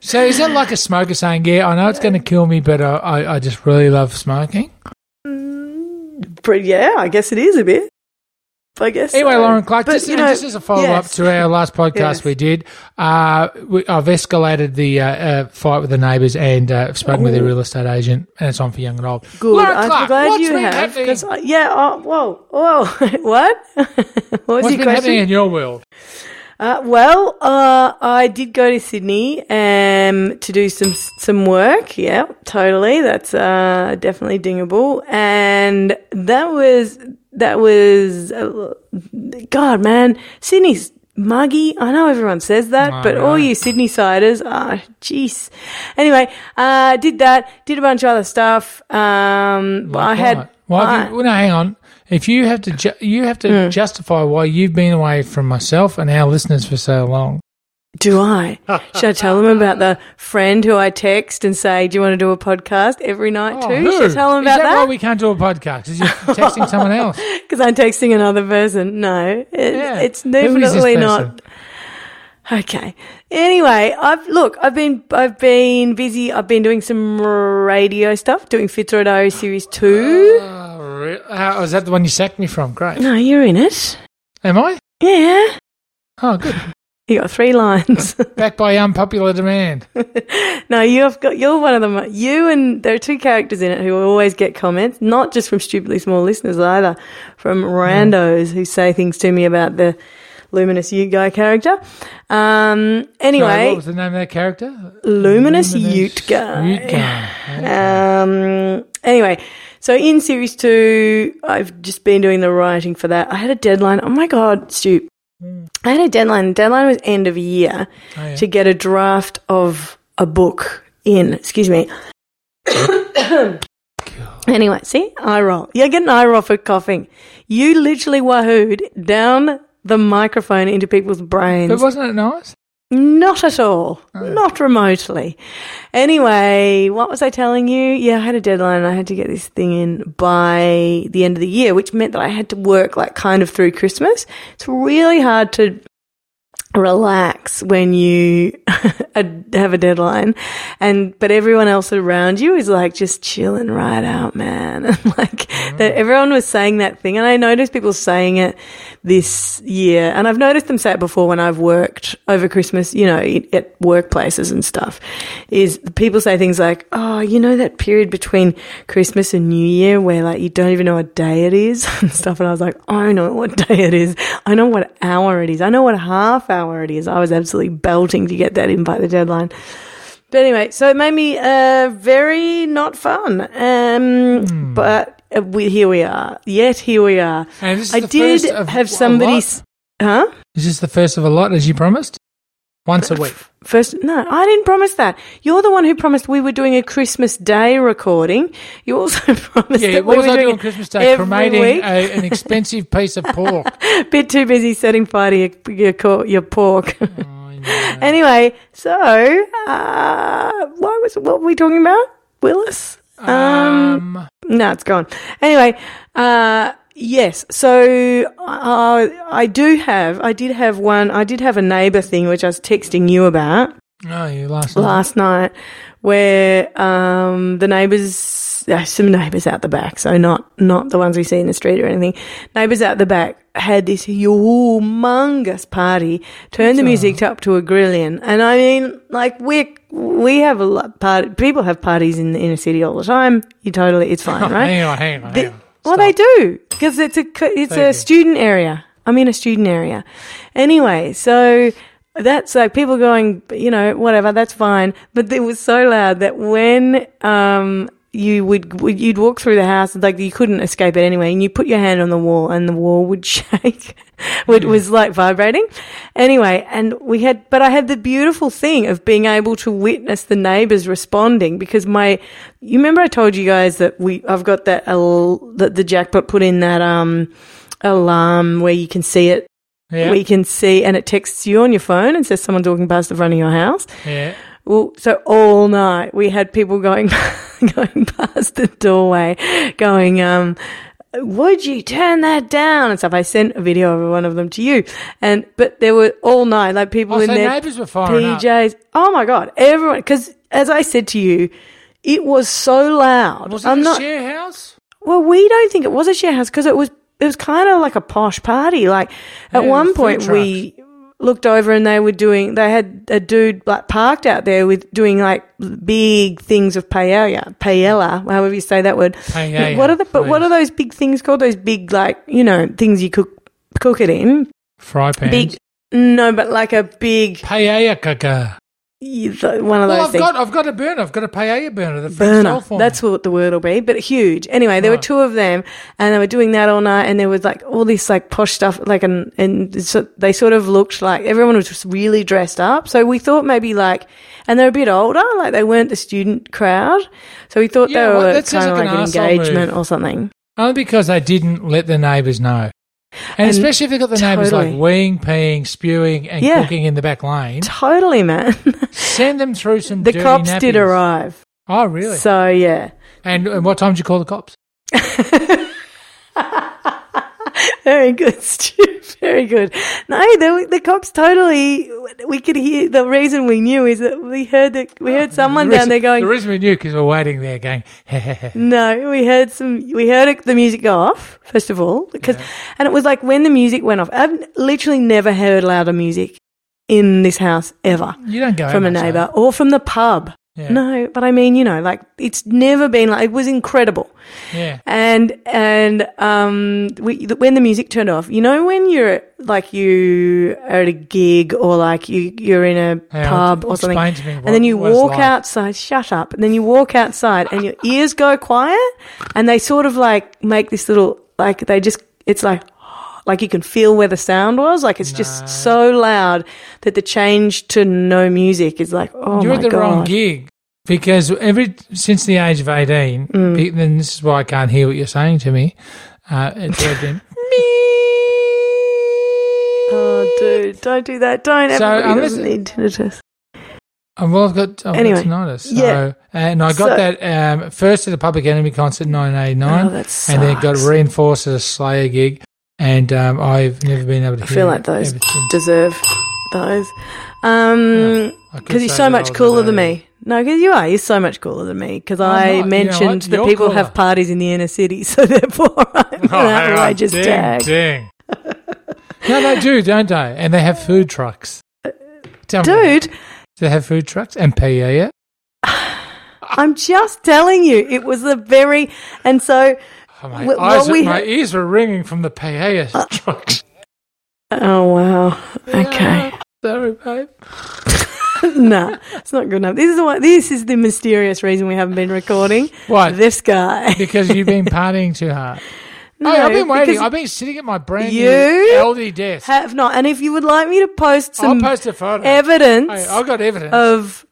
Speaker 1: so is that like a smoker saying, "Yeah, I know it's going to kill me, but I, I, I just really love smoking"?
Speaker 2: Mm, But yeah, I guess it is a bit. I guess.
Speaker 1: Anyway,
Speaker 2: so.
Speaker 1: Lauren Clark,
Speaker 2: But,
Speaker 1: just,
Speaker 2: you know,
Speaker 1: just as a follow up
Speaker 2: yes.
Speaker 1: to our last podcast
Speaker 2: Yes.
Speaker 1: we did, uh, we, I've escalated the uh, uh, fight with the neighbours and uh, spoken with a real estate agent, and it's on for young and old.
Speaker 2: Good.
Speaker 1: Lauren
Speaker 2: I'm
Speaker 1: Clark,
Speaker 2: glad
Speaker 1: what's
Speaker 2: you
Speaker 1: been
Speaker 2: have.
Speaker 1: happening?
Speaker 2: 'cause I- yeah. Oh, whoa. Whoa. what? what was
Speaker 1: What's
Speaker 2: your
Speaker 1: been
Speaker 2: question?
Speaker 1: happening in your world?
Speaker 2: Uh, well, uh, I did go to Sydney um, to do some some work. Yeah, totally. That's uh, definitely dingable, and that was that was uh, God, man. Sydney's muggy. I know everyone says that,
Speaker 1: I
Speaker 2: but
Speaker 1: know.
Speaker 2: all you Sydney siders, ah, jeez. Anyway, uh, did that. Did a bunch of other stuff. Um, but I
Speaker 1: Like
Speaker 2: had.
Speaker 1: what? Why
Speaker 2: I- Hmm.
Speaker 1: have you, well, no, hang on. If you have to, ju- you have to justify why you've been away from myself and our listeners for so long.
Speaker 2: Do I? Should I tell them about the friend who I text and say, "Do you want to do a podcast every night too?" Should I tell them
Speaker 1: Oh, Is
Speaker 2: about
Speaker 1: that, why
Speaker 2: that?
Speaker 1: we can't do a podcast? Is you texting someone else?
Speaker 2: Because I'm texting another person. No, it,
Speaker 1: Yeah.
Speaker 2: it's
Speaker 1: Who is this
Speaker 2: definitely
Speaker 1: person?
Speaker 2: not. Okay. Anyway, I've look. I've been I've been busy. I've been doing some radio stuff, doing Fitzroy Diary Series Two.
Speaker 1: Oh, re- oh, is that the one you sacked me from? Great.
Speaker 2: No, you're in it.
Speaker 1: Am I?
Speaker 2: Yeah,
Speaker 1: Oh, good.
Speaker 2: you got three lines.
Speaker 1: Back by unpopular demand.
Speaker 2: No, you've got you're one of them. You and there are two characters in it who always get comments, not just from stupidly small listeners either, from
Speaker 1: Hmm.
Speaker 2: randos who say things to me about the luminous you guy character. Um,
Speaker 1: Sorry, what
Speaker 2: anyway,
Speaker 1: was the name of that character?
Speaker 2: luminous, Uh, Ute guy.
Speaker 1: Ute guy.
Speaker 2: Um, anyway, so in series two, I've just been doing the writing for that. I had a deadline. Oh my god, Stu, I had a deadline. Deadline was end of year
Speaker 1: Oh, Hmm. yeah.
Speaker 2: to get a draft of a book in. Excuse me. anyway, see, eye roll. You get an eye roll for coughing. You literally wahooed down the microphone into people's brains.
Speaker 1: But wasn't it nice?
Speaker 2: Not at all. Not remotely. Anyway, what was I telling you? Yeah, I had a deadline and I had to get this thing in by the end of the year, which meant that I had to work like kind of through Christmas. It's really hard to relax when you have a deadline and but everyone else around you is like just chilling right out man and like that everyone was saying that thing and i noticed people saying it this year and i've noticed them say it before when i've worked over christmas you know i- at workplaces and stuff is people say things like oh you know that period between christmas and new year where like you don't even know what day it is and stuff and i was like i know what day it is i know what hour it is i know what half hour it is i was absolutely belting to get that in by the deadline but anyway, so it made me uh, very not fun. Um, But uh, we, here we are. Yet here we are.
Speaker 1: And Hmm. this is
Speaker 2: I
Speaker 1: the
Speaker 2: did
Speaker 1: first of
Speaker 2: have
Speaker 1: a
Speaker 2: somebody.
Speaker 1: lot?
Speaker 2: s- Huh?
Speaker 1: Is this the first of a lot, as you promised? Once a week.
Speaker 2: First, no, I didn't promise that. You're the one who promised we were doing a Christmas Day recording. You also promised
Speaker 1: Yeah,
Speaker 2: that
Speaker 1: what
Speaker 2: we
Speaker 1: was
Speaker 2: were
Speaker 1: I
Speaker 2: doing
Speaker 1: doing
Speaker 2: it
Speaker 1: Christmas Day?
Speaker 2: every
Speaker 1: Cremating
Speaker 2: week.
Speaker 1: a, an expensive piece of pork. Oh,
Speaker 2: bit too busy setting fire to your, your, co- your pork.
Speaker 1: I know.
Speaker 2: anyway, so uh, why was what were we talking about? Willis.
Speaker 1: Um,
Speaker 2: No, it's gone. Anyway, uh, yes. So uh, I do have, I did have one, I did have a neighbour thing which I was texting you about.
Speaker 1: Oh, you last night.
Speaker 2: last night where um, the neighbours, uh, some neighbours out the back, so not not the ones we see in the street or anything. Neighbours out the back had this humongous party, turned the music
Speaker 1: Oh.
Speaker 2: up to a grillion, and I mean, like we we have a lot party. People have parties in the inner city all the time. You totally, it's fine, right?
Speaker 1: Oh, Hang on, hang on, hang on.
Speaker 2: Well, they do because it's a co- it's
Speaker 1: Thank you.
Speaker 2: a student area. I'm in a student area. Anyway, so that's like people going, you know, whatever. That's fine. But it was so loud that when um you would would- you'd walk through the house like you couldn't escape it anyway, and you put your hand on the wall and the wall would shake. it was like vibrating. Anyway, and we had, but I had the beautiful thing of being able to witness the neighbors responding because my, you remember I told you guys that we, I've got that, al- that the jackpot put in that, um, alarm where you can see it,
Speaker 1: Yeah,
Speaker 2: we can see, and it texts you on your phone and says someone's walking past the front of your house.
Speaker 1: yeah.
Speaker 2: Well, so all night we had people going going past the doorway, going, um, "Would you turn that down?" and stuff. I sent a video of one of them to you, and but there were all night like people
Speaker 1: Oh,
Speaker 2: in
Speaker 1: so
Speaker 2: their
Speaker 1: neighbours were firing up.
Speaker 2: PJs. Oh my god, everyone! Because as I said to you. It was so loud.
Speaker 1: Was it
Speaker 2: I'm
Speaker 1: a
Speaker 2: not.
Speaker 1: share house?
Speaker 2: well, we don't think it was a share house because it was. It was kind of like a posh party. Like at
Speaker 1: Yeah,
Speaker 2: one
Speaker 1: food
Speaker 2: point, we looked over and they were doing they had a dude like parked out there with doing like big things of paella paella however you say that word
Speaker 1: Paella,
Speaker 2: what are the but what
Speaker 1: please.
Speaker 2: are those big things called those big like you know things you cook cook it in
Speaker 1: Fry pans.
Speaker 2: big no but like a big
Speaker 1: paella caca.
Speaker 2: you- th- one
Speaker 1: Well,
Speaker 2: of those
Speaker 1: I've
Speaker 2: things
Speaker 1: got, I've got a burner. I've got a paella burner. The French
Speaker 2: burner.
Speaker 1: stole for me.
Speaker 2: That's what the word will be, but huge. Anyway, there were
Speaker 1: Right.
Speaker 2: two of them, and they were doing that all night, and there was like all this like posh stuff, like and and so they sort of looked like everyone was just really dressed up. So we thought maybe like, and they're a bit older, like they weren't the student crowd, so we thought
Speaker 1: Yeah,
Speaker 2: they
Speaker 1: well,
Speaker 2: were
Speaker 1: that sounds
Speaker 2: kind of
Speaker 1: like
Speaker 2: like
Speaker 1: an
Speaker 2: an
Speaker 1: arsehole
Speaker 2: engagement
Speaker 1: move.
Speaker 2: or something.
Speaker 1: Only because they didn't let the neighbours know. And,
Speaker 2: And
Speaker 1: especially if they've got the neighbours like
Speaker 2: totally.
Speaker 1: weeing, peeing, spewing, and
Speaker 2: Yeah.
Speaker 1: cooking in the back lane,
Speaker 2: Totally, man.
Speaker 1: send them through some
Speaker 2: the
Speaker 1: dirty
Speaker 2: cops did
Speaker 1: nappies.
Speaker 2: arrive.
Speaker 1: Oh, really?
Speaker 2: So yeah.
Speaker 1: and, and what time did you call the cops?
Speaker 2: Very good, Stu. Very good. No, the, the cops totally. We could hear the reason we knew is that we heard that we heard
Speaker 1: Oh,
Speaker 2: someone
Speaker 1: The reason-
Speaker 2: down there
Speaker 1: The
Speaker 2: going.
Speaker 1: reason we knew because we're waiting there going,
Speaker 2: No, we heard some. We heard it- the music go off first of all because, and it was like when the music went off. I've literally never heard louder music in this house ever
Speaker 1: you don't go
Speaker 2: from a
Speaker 1: much, though.
Speaker 2: neighbour or from the pub.
Speaker 1: Yeah.
Speaker 2: No, but I mean, you know, like it's never been like it was incredible.
Speaker 1: Yeah.
Speaker 2: and and um, we, th- when the music turned off, you know, when you're like you are at a gig or like you you're in a
Speaker 1: Hang on,
Speaker 2: pub or something,
Speaker 1: explain to me what-
Speaker 2: and then you
Speaker 1: what it's
Speaker 2: walk
Speaker 1: like.
Speaker 2: outside. Shut up! And then you walk outside, and your ears go quiet, and they sort of like make this little like they just it's like. Like you can feel where the sound was, like it's just so loud that the change to no music is like, oh
Speaker 1: You're
Speaker 2: my
Speaker 1: at the
Speaker 2: god!
Speaker 1: wrong gig because every since the age of 18,
Speaker 2: Mm.
Speaker 1: pe- then this is why I can't hear what you're saying to me. Uh, it's all been
Speaker 2: Oh, dude, don't do that! Don't
Speaker 1: So, um,
Speaker 2: everybody
Speaker 1: unless-
Speaker 2: doesn't need tinnitus.
Speaker 1: Oh, well, I've got I've
Speaker 2: Anyway,
Speaker 1: got tinnitus. So,
Speaker 2: yeah.
Speaker 1: and I got
Speaker 2: So-
Speaker 1: that um, first at a Public Enemy concert in 1989,
Speaker 2: Oh, that
Speaker 1: and then got
Speaker 2: sucks.
Speaker 1: reinforced at a Slayer gig, and um, I've never been able to.
Speaker 2: I feel like those deserve those. Um
Speaker 1: I could
Speaker 2: 'cause you're
Speaker 1: say
Speaker 2: so
Speaker 1: that
Speaker 2: much
Speaker 1: I was
Speaker 2: cooler than
Speaker 1: related.
Speaker 2: me. No, because you are. You're so much cooler than me. Because
Speaker 1: not. You
Speaker 2: I
Speaker 1: know what?
Speaker 2: mentioned that
Speaker 1: You're
Speaker 2: people
Speaker 1: cooler. Oh,
Speaker 2: have parties in the inner city, so therefore I'm an outrageous tag.
Speaker 1: ding. no, they do, don't they? And they have food trucks. Tell me that.
Speaker 2: Dude,
Speaker 1: They have food trucks and PE. Yeah?
Speaker 2: I'm just telling you, it was a very and so.
Speaker 1: Oh, my,
Speaker 2: Wh- what
Speaker 1: eyes,
Speaker 2: we
Speaker 1: my
Speaker 2: ha- Uh,
Speaker 1: ears were ringing from the PE trucks.
Speaker 2: Oh wow. Okay.
Speaker 1: Sorry, babe.
Speaker 2: no, it's not good enough. This is the one, This is the mysterious reason we haven't been recording.
Speaker 1: Why?
Speaker 2: This guy.
Speaker 1: Because you've been partying too hard.
Speaker 2: No,
Speaker 1: hey, Oh, I've been waiting.
Speaker 2: because-
Speaker 1: I've been sitting at my brand
Speaker 2: You
Speaker 1: new LD desk.
Speaker 2: have not. And if you would like me to post
Speaker 1: I'll
Speaker 2: some
Speaker 1: post a photo.
Speaker 2: evidence
Speaker 1: hey, I've got evidence.
Speaker 2: of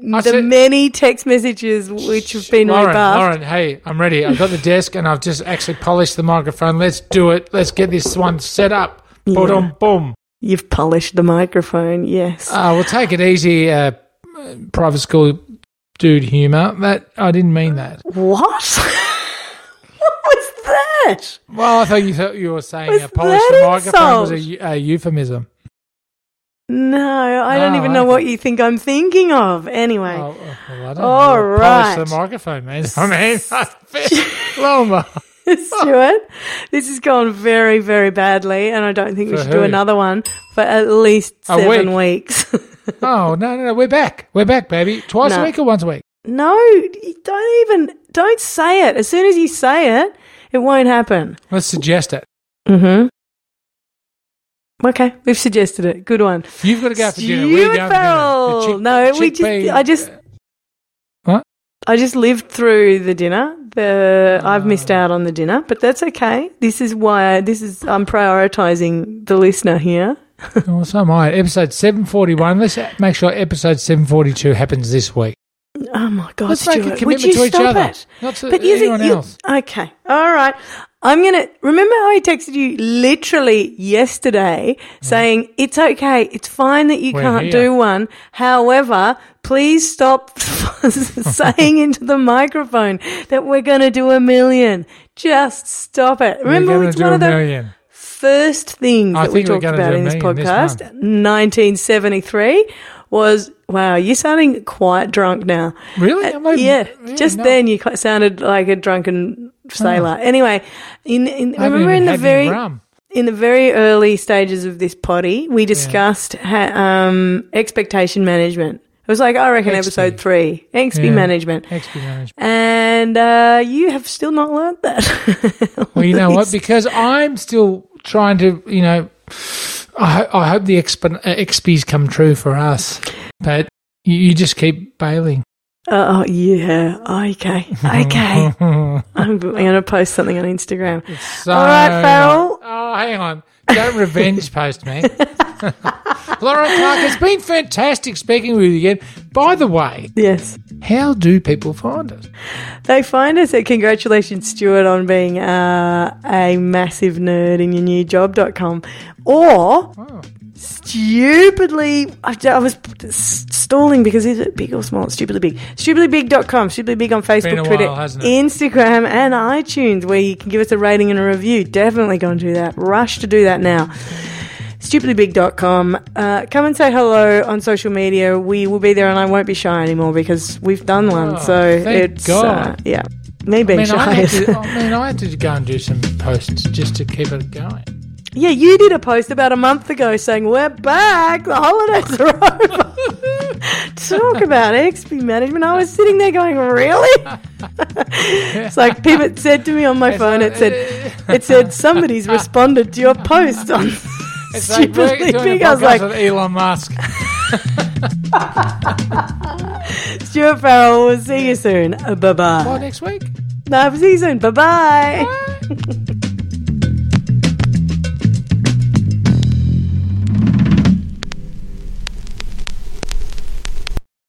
Speaker 2: the
Speaker 1: said-
Speaker 2: many text messages which have been
Speaker 1: Lauren,
Speaker 2: rebuffed.
Speaker 1: Lauren, hey, I'm ready. I've got the desk and I've just actually polished the microphone. Let's do it. Let's get this one set up. Boom, boom.
Speaker 2: You've polished the microphone, yes.
Speaker 1: Uh, we'll take it easy, uh, private school dude humour. That I didn't mean that.
Speaker 2: what? what was that?
Speaker 1: Well, I thought you thought you were saying
Speaker 2: Was
Speaker 1: uh, polish the
Speaker 2: that
Speaker 1: microphone was a,
Speaker 2: insult?
Speaker 1: eu- a euphemism.
Speaker 2: No, I don't
Speaker 1: Oh,
Speaker 2: even know
Speaker 1: okay.
Speaker 2: what you think I'm thinking of. Anyway,
Speaker 1: Oh, oh, well, I don't
Speaker 2: All
Speaker 1: know. Polish
Speaker 2: right.
Speaker 1: the microphone, man. I mean, Loma.
Speaker 2: Stuart, this has gone very, very badly, and I don't think we
Speaker 1: For
Speaker 2: should do
Speaker 1: who?
Speaker 2: another one for at least
Speaker 1: A
Speaker 2: seven weeks.
Speaker 1: Oh, no, no, no. We're back. We're back, baby. Twice
Speaker 2: No.
Speaker 1: a week or once a week?
Speaker 2: no, you don't even don't say it. As soon as you say it, it won't happen.
Speaker 1: Let's suggest it.
Speaker 2: Mm-hmm. Okay, we've suggested it. Good one.
Speaker 1: You've got to go out for dinner. We're
Speaker 2: Stuart
Speaker 1: going for dinner.
Speaker 2: Farrell.
Speaker 1: The chick-
Speaker 2: no, we just
Speaker 1: chickpea-
Speaker 2: I just
Speaker 1: What?
Speaker 2: I just lived through the dinner. The I've
Speaker 1: Ah.
Speaker 2: missed out on the dinner, but that's okay. This is why this is I'm prioritizing the listener here.
Speaker 1: Oh, so am I. Episode 741. Let's make sure episode 742 happens this week.
Speaker 2: Oh my god,
Speaker 1: Let's
Speaker 2: Stuart,
Speaker 1: make a
Speaker 2: would
Speaker 1: commitment
Speaker 2: you
Speaker 1: to each
Speaker 2: stop
Speaker 1: other.
Speaker 2: it?
Speaker 1: Not to
Speaker 2: But you
Speaker 1: anyone
Speaker 2: think you,
Speaker 1: else.
Speaker 2: okay, all right. I'm gonna remember how I texted you literally yesterday saying it's okay, it's fine that you
Speaker 1: We're
Speaker 2: can't
Speaker 1: here."
Speaker 2: do one. However, please stop saying into the microphone that we're gonna do a million. Just stop it.
Speaker 1: we're
Speaker 2: Remember,
Speaker 1: gonna
Speaker 2: it's
Speaker 1: do
Speaker 2: one
Speaker 1: a
Speaker 2: of the
Speaker 1: million.
Speaker 2: first things
Speaker 1: I
Speaker 2: that we
Speaker 1: think we're
Speaker 2: talked
Speaker 1: gonna
Speaker 2: about
Speaker 1: do a
Speaker 2: in this
Speaker 1: million this
Speaker 2: podcast,
Speaker 1: month.
Speaker 2: 1973, was wow. You're sounding quite drunk now.
Speaker 1: Really? I'm like-
Speaker 2: Uh, yeah, just
Speaker 1: no.
Speaker 2: then you quite sounded like a drunken sailor. Anyway, in, in
Speaker 1: I
Speaker 2: I
Speaker 1: haven't
Speaker 2: remember
Speaker 1: even
Speaker 2: in the
Speaker 1: had any
Speaker 2: very
Speaker 1: rum.
Speaker 2: in the very early stages of this potty, we discussed ha- um, expectation management. It was like I reckon
Speaker 1: XP.
Speaker 2: episode three, XP
Speaker 1: Yeah.
Speaker 2: management,
Speaker 1: XP management.
Speaker 2: and uh, you have still not learnt that.
Speaker 1: Well, you know what? Because I'm still trying to, you know, I, ho- I hope the exp- uh, XPs come true for us, but you, you just keep bailing.
Speaker 2: Oh yeah, okay, okay. I'm going to post something on Instagram.
Speaker 1: So
Speaker 2: All right, Farrell.
Speaker 1: much- Oh, hang on. Don't revenge post me. Lauren Clark, it's been fantastic speaking with you again. By the way,
Speaker 2: Yes.
Speaker 1: how do people find us?
Speaker 2: They find us at congratulations, Stuart, on being uh, a massive nerd in your new job.com. Or
Speaker 1: Oh.
Speaker 2: stupidly, I, I was stalling because is it big or small? Stupidly big. Stupidlybig.com. Stupidly big on
Speaker 1: been a
Speaker 2: Facebook, Twitter,
Speaker 1: while, hasn't it?
Speaker 2: Instagram, and iTunes, where you can give us a rating and a review. Definitely go and do that. Rush to do that now. stupidlybig.com. Uh, come and say hello on social media. We will be there, and I won't be shy anymore because we've done one.
Speaker 1: Oh,
Speaker 2: so
Speaker 1: thank
Speaker 2: it's Uh,
Speaker 1: God.
Speaker 2: yeah, me
Speaker 1: I
Speaker 2: being
Speaker 1: mean, I
Speaker 2: shy.
Speaker 1: had,
Speaker 2: is-
Speaker 1: to, I mean, I had to go and do some posts just to keep it going.
Speaker 2: yeah, you did a post about a month ago saying we're back. The holidays are over. Talk about XP management. I was sitting there going, really? it's like Pivot said to me on my phone. It said, it said somebody's responded to your post on.
Speaker 1: It's like we're
Speaker 2: Stupidly
Speaker 1: doing a
Speaker 2: big. I was
Speaker 1: podcast
Speaker 2: like,
Speaker 1: with Elon Musk.
Speaker 2: Stuart Farrell, we'll see you soon. Bye
Speaker 1: Bye
Speaker 2: bye.
Speaker 1: next week.
Speaker 2: No, see you soon. Bye bye.
Speaker 1: Bye.